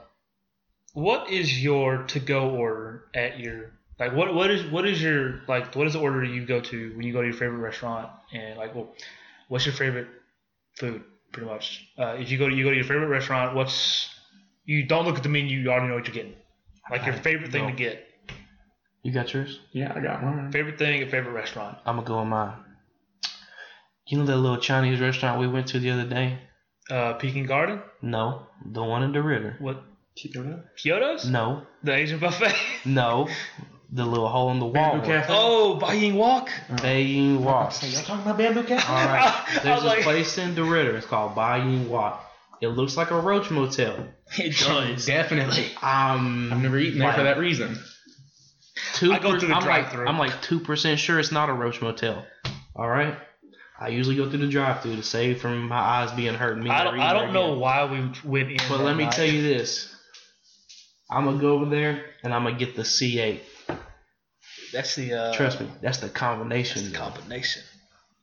A: what is your to-go order at your like what what is what is your like what is the order you go to when you go to your favorite restaurant and like well, what's your favorite food pretty much? Uh, if you go to you go to your favorite restaurant, what's you don't look at the menu, you already know what you're getting. Like your
B: I
A: favorite thing to
B: don't.
A: get,
B: You got yours?
C: that. Yeah, I got mine.
A: favorite thing, at favorite restaurant.
B: I'm gonna go with mine. You know that little Chinese restaurant we went to the other day?
A: Uh, Peking Garden,
B: No, the one in the river.
A: what
C: Kyoto?
A: Kyoto's,
B: No,
A: the Asian buffet.
B: no, the little hole in the wall.
C: Bamboo
B: one.
C: Cafe.
A: oh, Baying Walk.
B: Beijing Walk.
C: So y'all talking about Bamboo Cafe?
B: All right,
A: I was
B: there's this
A: like-
B: place in the river. It's called Beijing Walk. It looks like a roach motel.
A: It does.
C: Definitely.
B: Um,
C: I've never eaten there for
B: like,
C: that reason.
B: Two
A: I go through the
B: I'm like,
A: drive-thru.
B: I'm like two percent sure it's not a Roach Motel. All right. I usually go through the drive-through to save from my eyes being hurt. Me
A: I don't, I
B: reading
A: don't know
B: again.
A: why we went in.
B: But
A: that
B: let me
A: night.
B: tell you this. I'm gonna go over there and I'm gonna get the C8.
A: that's the uh,
B: Trust me, that's the combination.
A: That's the
B: though.
A: combination.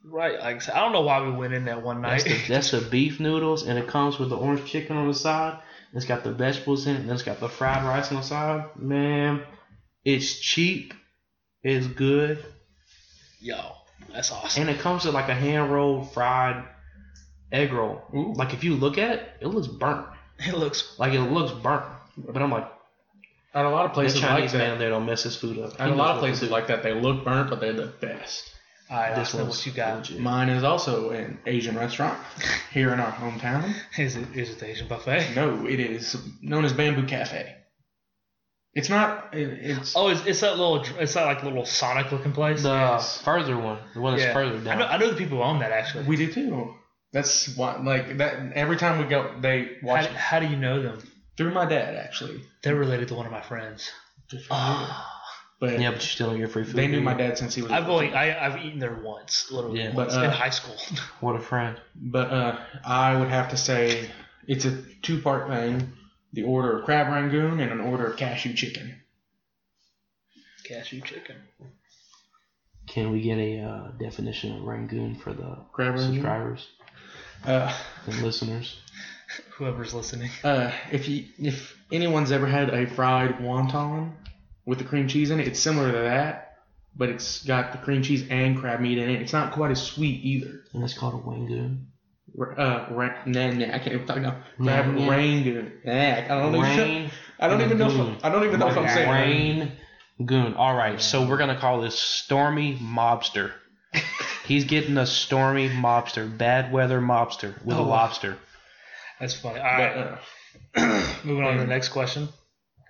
A: Right. Like I said, I don't know why we went in that one night.
B: That's the, that's the beef noodles, and it comes with the orange chicken on the side. and It's got the vegetables in it, and it's got the fried rice on the side. Man, it's cheap, it's good,
A: Yo, that's awesome.
B: and it comes with like a hand rolled fried egg roll.
C: Ooh.
B: Like if you look at it, it looks burnt.
A: it looks.
B: Like it looks burnt. But I'm like,
C: At a lot of
B: the
C: places like
B: Chinese man
C: that.
B: there don't mess his food up.
C: At a lot of places like that, they look burnt, but they're the best.
A: All right,
B: This
A: this
B: one's
A: what you got.
B: legit.
C: Mine is also an Asian restaurant here in our hometown.
A: Is it is it the Asian buffet?
C: No, it is known as Bamboo Cafe. It's not. It, it's
A: Oh, it's, it's that little. It's that like little Sonic looking place.
B: The
C: Yes.
B: further one, the one that's
A: Yeah.
B: further
A: I
B: down.
A: know, I know the people who own that actually.
C: we do too. That's why, like that. Every time we go, they watch
A: how, how do you know them?
C: through my dad actually.
A: They're related to one of my friends.
C: Just from here.
A: Ah,
C: but
B: yeah, but you still don't get free food.
C: they knew
B: do
C: my
B: you?
C: dad since he was.
A: I've
C: little.
A: only I, I've eaten there once, literally
B: Yeah.
A: once
C: But, uh,
A: in high school.
B: What a friend.
C: But uh, I would have to say it's a two-part thing: the order of crab rangoon and an order of cashew chicken.
A: Cashew chicken.
B: Can we get a uh, definition of Rangoon for the
C: Crab rangoon.
B: subscribers
C: Uh,
B: and listeners?
A: Whoever's listening.
C: uh, if you if anyone's ever had a fried wonton with the cream cheese in it, it's similar to that, but it's got the cream cheese and crab meat in it. It's not quite as sweet either.
B: And it's called a Wangoon.
C: R- Uh, ra- nah, nah, I can't even talk now. Crab
B: Yeah, yeah.
C: rangoon. Nah, I don't even.
B: Rain,
C: I don't even know.
B: Rangoon.
C: If, I don't even know if I'm saying. it.
B: rain goon. All right, so we're gonna call this Stormy Mobster. He's getting a stormy mobster, bad weather mobster with a
A: Oh.
B: lobster.
A: That's funny. All
C: But,
A: right.
C: uh,
A: Moving on to the next question.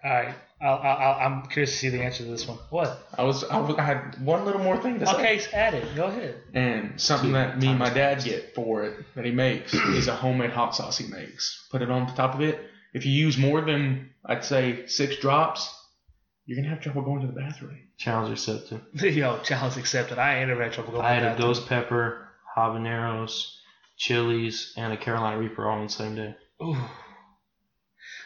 A: All right, I'll, I'll, I'll- I'm curious to see the answer to this one. What?
C: I was, I was. I had one little more thing to say.
A: Okay, add it. Go ahead.
C: And something
B: Sweet.
C: that me and my
B: Thomas
C: dad get for it that he makes is a homemade hot sauce he makes. Put it on the top of it. If you use more than I'd say six drops, you're gonna have trouble going to the bathroom.
B: Challenge accepted.
A: Yo, challenge accepted. I ain't ever had trouble going. to
B: I had
A: the
B: a
A: bathroom.
B: ghost pepper, habaneros, chilies, and a Carolina Reaper all on the same day.
A: Ooh.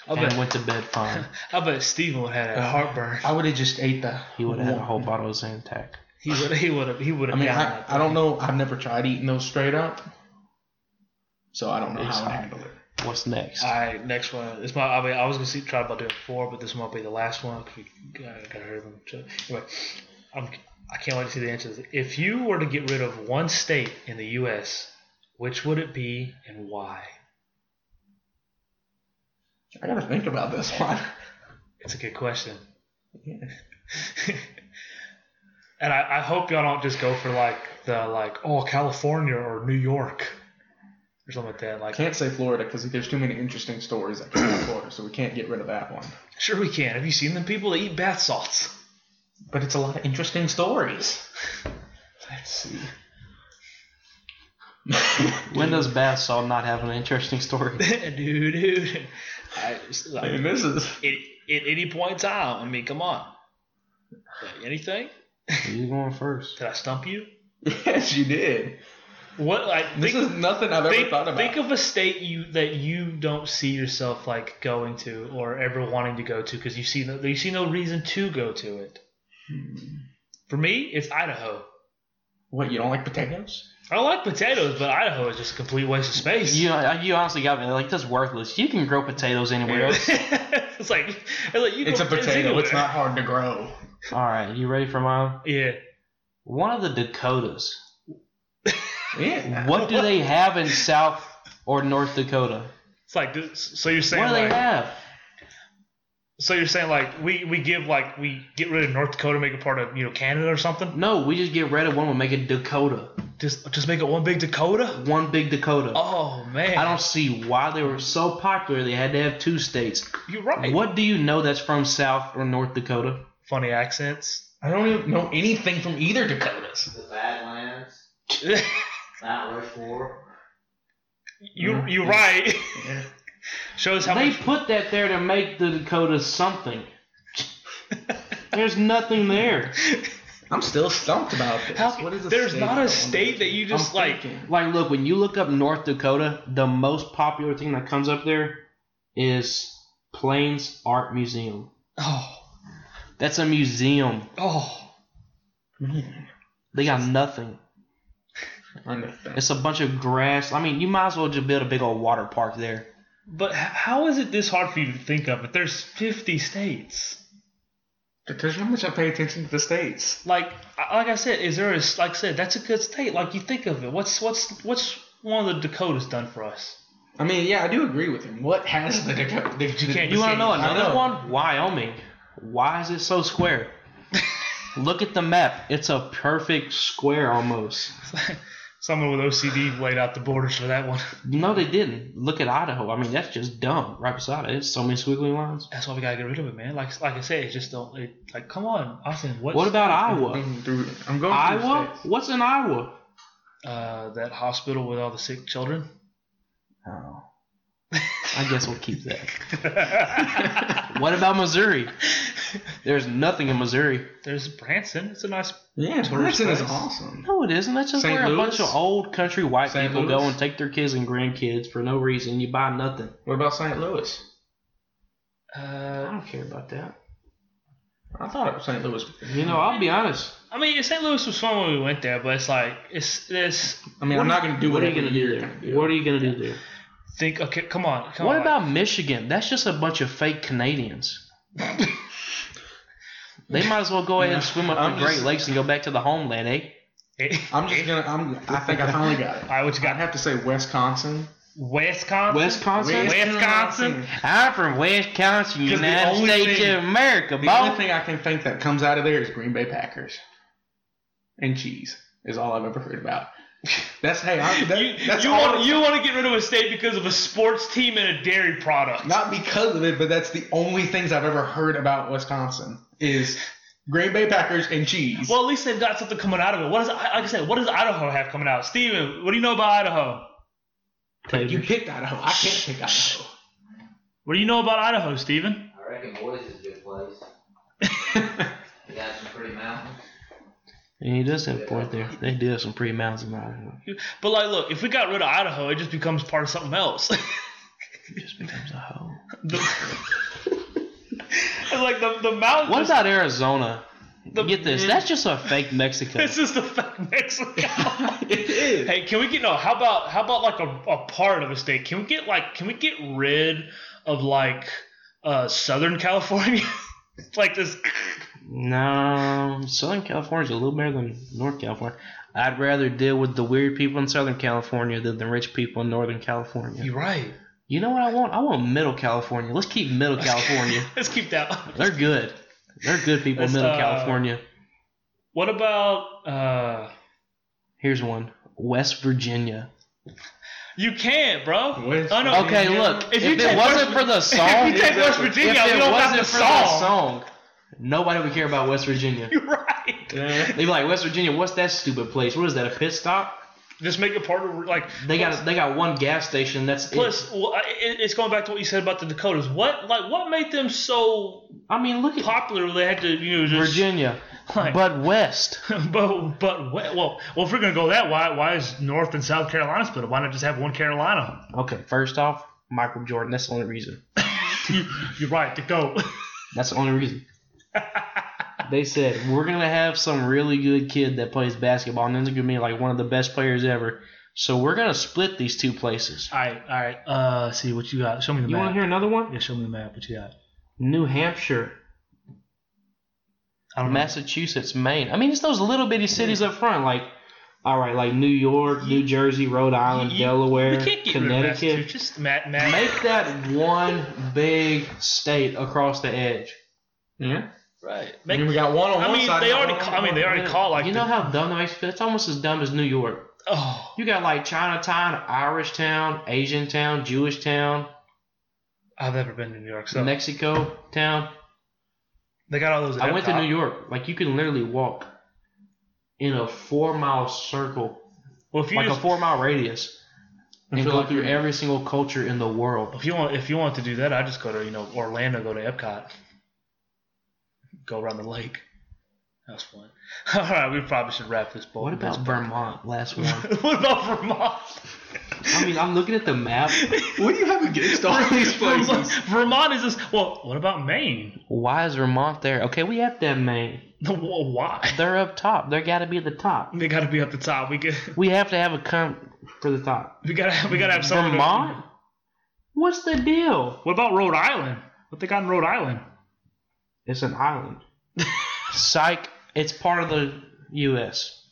A: I
B: and
A: bet,
B: went to bed fine.
A: I bet Steven would have had a
C: Uh,
A: heartburn.
C: I would have just ate the.
B: He would have had a whole bottle of Zantac.
A: He would he would have he would
C: I
A: have
C: mean,
A: downed
C: I,
A: that
C: I don't know. I've never tried eating those straight up, so I don't know how I would handle it.
B: What's next?
A: All right, next one. This might. I mean, I was gonna see, try about doing four, but this might be the last one 'cause we got, got rid of them. So, anyway, I'm, I can't wait to see the answers. If you were to get rid of one state in the U.S., which would it be and why?
C: I gotta think about this one.
A: It's a good question,
C: Yeah.
A: and I, I hope y'all don't just go for like the like oh California or New York or something like that.
C: I
A: Like
C: can't say Florida because there's too many interesting stories that come from Florida, so we can't get rid of that one.
A: sure we can. Have you seen the people that eat bath salts?
C: But it's a lot of interesting stories. Let's see.
B: when does Bath Salt not have an interesting story?
A: dude, dude. I, it's like-
C: I mean, this is
A: at, at any point in time. I mean, come on. Uh, Anything?
B: you going first.
A: Did I stump you?
C: yes, you did.
A: What? Like,
C: This
A: think,
C: is nothing I've ever
A: think,
C: thought about.
A: think of a state you that you don't see yourself like going to or ever wanting to go to because you see no, you see no reason to go to it. For me, it's Idaho.
C: Hmm. what you don't like potatoes?
A: I like potatoes, but Idaho is just a complete waste of space.
B: You, you honestly got me like that's worthless. You can grow potatoes anywhere else.
A: it's like it's like you.
C: It's a
A: go-
C: potato. It's
A: anywhere.
C: not hard to grow.
B: All right, you ready for mine?
A: Yeah.
B: One of the Dakotas.
C: Yeah.
B: What do they have in South or North Dakota?
A: It's like this, so you're saying
B: What do they
A: like,
B: have?
A: So you're saying like we, we give like we get rid of North Dakota, make it part of you know Canada or something?
B: No, we just get rid of one. We make it Dakota.
A: Just just make it one big Dakota?
B: One big Dakota.
A: Oh man,
B: I don't see why they were so popular. They had to have two states.
A: You're right.
B: What do you know that's from South or North Dakota?
A: funny accents?
C: I don't even know anything from either Dakotas.
D: The Badlands,
A: you
D: Mount Rushmore.
C: Mm-hmm.
A: you right.
C: Yeah.
A: Shows how
B: they
A: much
B: put that there to make the Dakotas something. There's nothing there.
C: I'm still stumped about this.
A: How-
C: what is a
A: there's
C: state
A: not a
C: I'm
A: state that you just like.
C: thinking.
B: Like, look, when you look up North Dakota, the most popular thing that comes up there is Plains Art Museum.
A: Oh,
B: That's a museum.
A: oh,
C: Man,
B: They got nothing.
C: Hmm. I understand.
B: It's a bunch of grass. I mean, you might as well just build a big old water park there.
A: but h- how is it this hard for you to think of? But there's 50 states.
C: Because how much I pay attention to the states.
A: Like, I- like I said, is there a s- like I said that's a good state? Like you think of it. What's what's what's one of the Dakotas done for us?
C: I mean, yeah, I do agree with him. What has the Dakota? The, you
A: can't-
B: You want to know
C: I
B: another
C: know.
B: one? Wyoming. Why is it so square? Look at the map. It's a perfect square almost.
A: Someone with OCD laid out the borders for that one.
B: No, they didn't. Look at Idaho. I mean, that's just dumb. Right beside it, it's so many squiggly lines.
A: That's why we gotta get rid of it, man. Like like I said, it's just don't. It, like come on, Austin. What?
B: What about
C: I'm
B: Iowa?
C: going through. I'm going through
B: Iowa?
C: states.
B: What's in Iowa?
A: uh, that hospital with all the sick children?
B: Oh. I guess we'll keep that. What about Missouri? There's nothing in Missouri.
A: There's Branson. It's a nice.
C: Yeah,
A: Tourist
C: Branson is
A: place.
C: awesome.
B: No, it isn't. That's just
C: St.
B: where a
C: Louis?
B: bunch of old country white
C: St.
B: people go
C: Louis?
B: and take their kids and grandkids for no reason. You buy nothing.
C: What about St. Louis?
B: I
A: Uh,
B: don't care about that.
C: I thought it was St. Louis.
B: You know, I'll be honest.
A: I mean, St. Louis was fun when we went there, but it's like it's this.
C: I mean,
B: What
C: I'm
B: are
C: not going to do
B: what are you
C: whatever
B: gonna do
C: you're
B: there?
C: gonna
B: What are you gonna do there?
A: Think okay, come on, come
B: What
A: on.
B: about Michigan? That's just a bunch of fake Canadians. they might as well go ahead and swim up
C: I'm
B: the Great
C: just-
B: Lakes and go back to the homeland, eh?
C: I'm just gonna. I'm. I think I finally got it.
A: All right, what you
C: I'd
A: got?
C: have to say Wisconsin.
A: Wisconsin.
B: Wisconsin?
A: Wisconsin?
B: I'm from Wisconsin,
C: 'Cause the
B: United
C: only
B: States
C: thing-
B: of America,
C: The only
B: boy.
C: thing I can think that comes out of there is Green Bay Packers and cheese is all I've ever heard about. That's hey, I, that,
A: You,
C: that's
A: you
C: all-
A: want you want to get rid of a state because of a sports team and a dairy product.
C: not because of it, but that's the only things I've ever heard about Wisconsin is Green Bay Packers and cheese.
A: Well, at least they've got something coming out of it. What is like I said? What does Idaho have coming out? Steven, what do you know about Idaho?
C: you picked Idaho. I can't pick Idaho.
A: What do you know about Idaho, Steven?
D: I reckon Boise is a good place. You got some pretty mountains.
B: And he does have a point there. They do have some pretty mountains in Idaho.
A: But like, look, if we got rid of Idaho, it just becomes part of something else.
B: It just becomes a hoe.
A: the, and like the the mountains.
B: What about Arizona?
A: The-
B: Get this. That's just a fake Mexico.
A: This is the fuck Mexico.
C: it is.
A: hey, can we get no? How about how about like a, a part of a state? Can we get like can we get rid of like uh Southern California? like this.
B: no, Southern California's a little better than North California. I'd rather deal with the weird people in Southern California than the rich people in Northern California.
A: You're right.
B: You know what I want? I want Middle California. Let's keep Middle California.
A: Let's keep that. one.
B: They're good. They're good people in
A: Let's,
B: Middle
A: uh,
B: California.
A: What about uh?
B: Here's one. West Virginia.
A: You can't, bro.
C: West
A: Oh, no.
B: Okay,
C: Virginia.
B: look. If,
A: you
B: it
A: take
B: wasn't
A: West-
B: for the song,
A: if you take West Virginia,
B: if
A: we
B: it
A: don't
B: wasn't
A: have the
B: for the
A: song.
B: song, nobody would care about West Virginia.
A: You're right.
C: Yeah.
B: They be like, West Virginia, what's that stupid place? What is that, a pit stop?
A: Just make it part of like
B: They got they got one gas station. That's it.
A: Plus, well, I- it, it's going back to what you said about the Dakotas. What like what made them so
B: I mean, look at
A: popular? They had to you know just
B: Virginia,
A: Like-
B: but West.
A: but but we- well well if we're gonna go that why why is North and South Carolina split? up? Why not just have one Carolina?
B: Okay, first off, Michael Jordan. That's the only reason.
A: you, you're right to go.
B: That's the only reason. They said we're gonna have some really good kid that plays basketball, and then they're gonna be like one of the best players ever. So we're gonna split these two places.
A: all right all right. Uh, see what you got. Show me the
B: You want to
A: map.
B: hear another one?
A: yeah, show me the map. What you got?
B: New Hampshire,
A: I don't know.
B: Massachusetts, Maine. I mean, it's those little bitty cities up front, like all right, like New York, New Jersey, Rhode Island,
A: you- We
B: Delaware,
A: can't get rid of
B: Connecticut.
A: Massachusetts. Matt, Matt.
B: Make that one big state across the edge.
C: Yeah.
A: right.
C: I
A: Make,
C: mean, we got one on
A: I
C: one
A: mean,
C: side.
A: they
C: and one
A: already.
C: on
A: Call,
C: the
A: I mean, they
C: other.
A: already call like.
B: you know how dumb that makes That's almost as dumb as New York.
A: the, oh,
B: You got like Chinatown, Irish town, Asian town, Jewish town,
A: I've never been to New York, so
B: Mexico town.
A: they got all those.
B: I went to
A: laptops.
B: New York. Like you can literally walk in a four mile circle,
A: Well, if you
B: like a
A: just,
B: four mile radius.
C: I
B: and
C: feel
B: go
C: like
B: through
C: you're-
B: every single culture in the world.
A: if you want if you want to do that, I just go to you know Orlando, go to Epcot. go around the lake. That's fun. All right, we probably should wrap this.
B: What about Vermont? Last one.
A: what about Vermont?
B: I mean, I'm looking at the map.
C: What do you have against all these
A: Vermont,
C: places?
A: Vermont is this. Well, what about Maine?
B: Why is Vermont there? Okay, we have to have Maine.
A: Well, Why?
B: They're up top. They got to be at the top.
A: They got to be up the top. We get.
B: We have to have a comp for the top.
A: We gotta. We gotta have someone. to-
B: Vermont? What's the deal?
A: What about Rhode Island? What they got in Rhode Island?
B: It's an island. Psych. It's part of the U.S.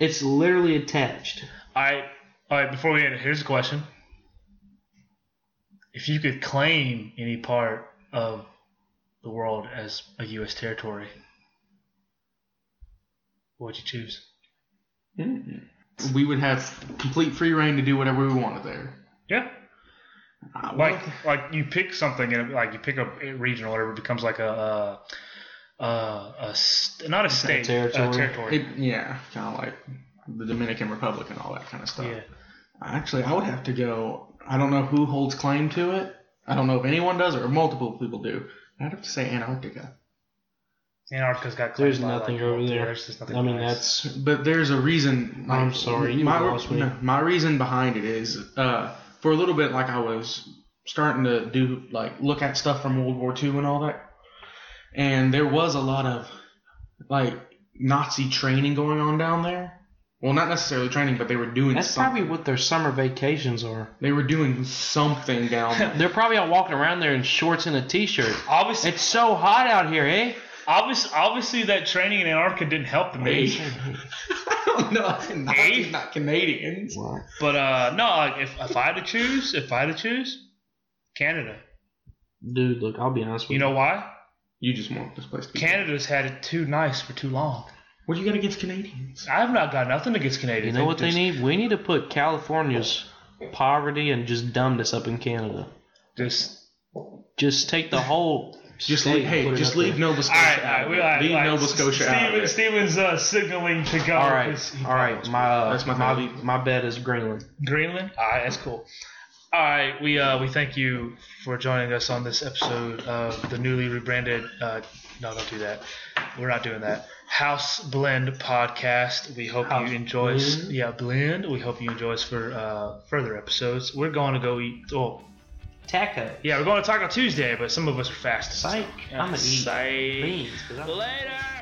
B: It's literally attached.
A: All right, all right. Before we end, it, here's a question: If you could claim any part of the world as a U.S. territory, what would you choose?
C: We would have complete free reign to do whatever we wanted there.
A: Yeah,
C: Uh,
A: like like you pick something and it- like you pick a region or whatever it becomes like a uh, uh, a st- not a state
B: territory.
A: a territory.
C: It, yeah, kind of like the Dominican Republic and all that kind of stuff.
A: yeah,
C: Actually, I would have to go. I don't know who holds claim to it. I don't know if anyone does or multiple people do. I'd have to say Antarctica.
A: Antarctica's got. claimed
B: There's
A: by,
B: nothing
A: like,
B: over there.
A: There's just nothing
B: I mean,
A: nice.
B: that's
C: But there's a reason.
B: I'm sorry, you
C: my,
B: lost me.
C: no, my reason behind it is uh, for a little bit, like I was starting to do, like look at stuff from World War II and all that, and there was a lot of like Nazi training going on down there. Well, not necessarily training, but they were doing.
B: that's
C: something.
B: probably what their summer vacations are.
C: They were doing something down there.
B: They're probably all walking around there in shorts and a t-shirt.
A: obviously
B: It's so hot out here, eh?
A: obviously obviously that training in Antarctica didn't help the nation.
C: I don't know. I did not,
A: Eight?
C: not Canadians.
A: But uh, no, like if, if I had to choose, if I had to choose, Canada.
B: Dude, look, I'll be honest with
A: You know why?
C: You just want this place to be.
A: Canada's had it too nice for too long.
C: What do you got against Canadians?
A: I've not got nothing against Canadians.
B: You know what they
A: just-
B: need? We need to put California's poverty and just dumbness up in Canada.
A: Just
B: Just take the whole.
C: Just
B: state
C: leave,
B: and
C: hey,
B: put it
C: just
B: up
C: leave
B: there.
C: Nova
A: all
C: Scotia
A: right, all
C: out.
A: right,
C: of
A: we,
C: it.
A: all right,
C: leave
A: all right.
C: Nova Scotia
A: Steven,
C: out. of it.
A: Steven's uh, signaling to go.
B: All right,
A: 'cause he
B: all right.
A: probably-
B: My uh,
C: That's my
B: my
C: favorite.
B: my bet is Greenland.
A: Greenland. All right, that's cool. All right, we uh, we thank you for joining us on this episode of the newly rebranded. Uh, no, don't do that. We're not doing that. House Blend podcast. We hope
B: House
A: you enjoy. Us.
B: Blend?
A: Yeah, blend. We hope you enjoy us for uh, further episodes. We're going to go eat. Oh,
B: Taco.
A: yeah, we're going to Taco Tuesday, but some of us are fast.
B: Psych. I'm gonna eat
A: Psych.
B: beans 'cause I'm-
A: Later.